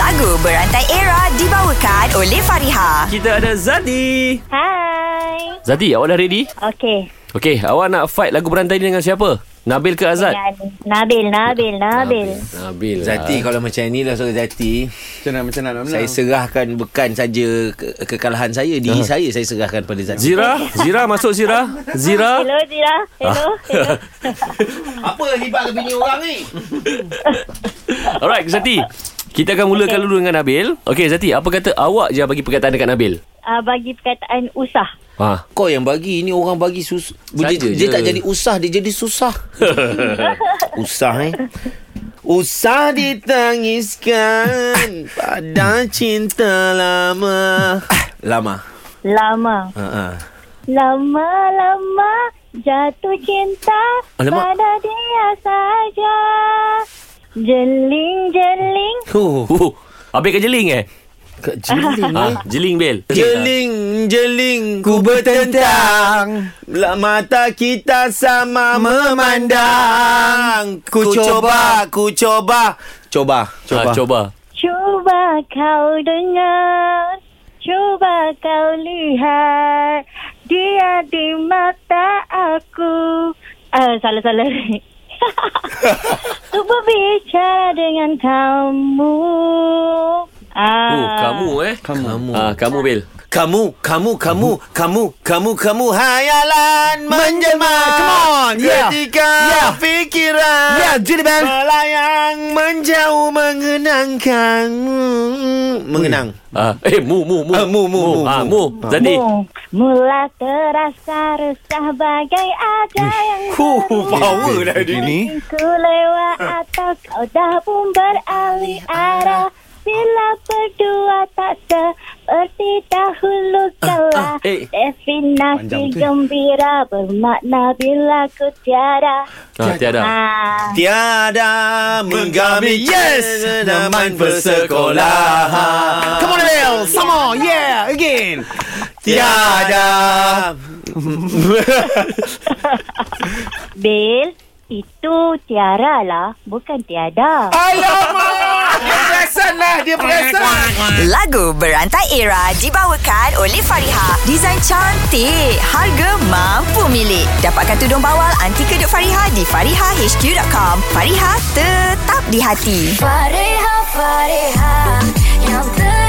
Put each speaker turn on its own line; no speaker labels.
Lagu berantai era dibawakan oleh Fariha.
Kita ada Zadi.
Hai.
Zadi, awak dah ready?
Okey.
Okey, awak nak fight lagu berantai ni dengan siapa? Nabil ke Azad?
Dengan Nabil, Nabil, Ya, Nabil.
Nabil. lah.
Zati kalau macam ni lah Suara Zati
Macam mana macam mana nak
Saya
menang?
serahkan Bukan saja ke- Kekalahan saya Diri saya Saya serahkan pada Zati
Zira, Zira masuk Zira. Zira.
Hello, Zira. Hello, hello.
Apa hebat ke bini orang ni
Alright, Zati. Kita akan mulakan dulu dengan Nabil. Okey, Zati, apa kata awak je bagi perkataan dekat Nabil?
Uh, bagi perkataan usah.
Ha.
Kau yang bagi Ini orang bagi sus dia,
Saja je.
dia tak jadi usah Dia jadi susah Usah eh Usah ditangiskan Pada cinta lama Ha, Lama
Lama.
Ha-ha.
Lama-lama jatuh cinta
Alamak.
pada dia saja. Jeling-jeling.
Huh.
Huh. Habis ke Uh, jeling eh?
Kak jeling eh.
Ha, jeling Bil.
Jeling, jeling ku bertentang Bila mata kita sama memandang Ku coba, ku coba Coba,
Coba. Ha, coba.
Cuba kau dengar Cuba kau lihat Dia di mata aku uh, Salah, salah Ku berbicara dengan kamu ah.
Oh, kamu eh?
Kamu.
Ha, kamu Bil.
Kamu, kamu, kamu, kamu, kamu, kamu Hayalan menjelma
Come on, yeah.
Ketika
Yeah.
fikiran
Yeah, Julie Bell.
Melayang menjauh mengenangkan Hmm, Mengenang
Ha. Eh, mu mu mu.
Ah, mu, mu, mu,
Ha,
mu.
mu. Zadi.
Mu- Mula terasa resah bagai ada yang
power dah
Begini.
Ku lewat atas Kau dah pun beralih arah Bila berdua tak seperti dahulu kala
eh.
Definasi
Panjang tu.
gembira Bermakna bila ku tiada
Ha, tiada.
Ah,
Tiada menggami
Yes.
Naman persekolahan
Come on, Nabil. Some more. Yeah, again.
Tiada
Bil Itu tiara lah Bukan tiada
Alamak Dia perasan lah Dia perasan
Lagu berantai era dibawakan oleh Fariha. Desain cantik, harga mampu milik. Dapatkan tudung bawal anti kedut Fariha di farihahq.com. Fariha tetap di hati.
Fareha, fareha, yang terbaik.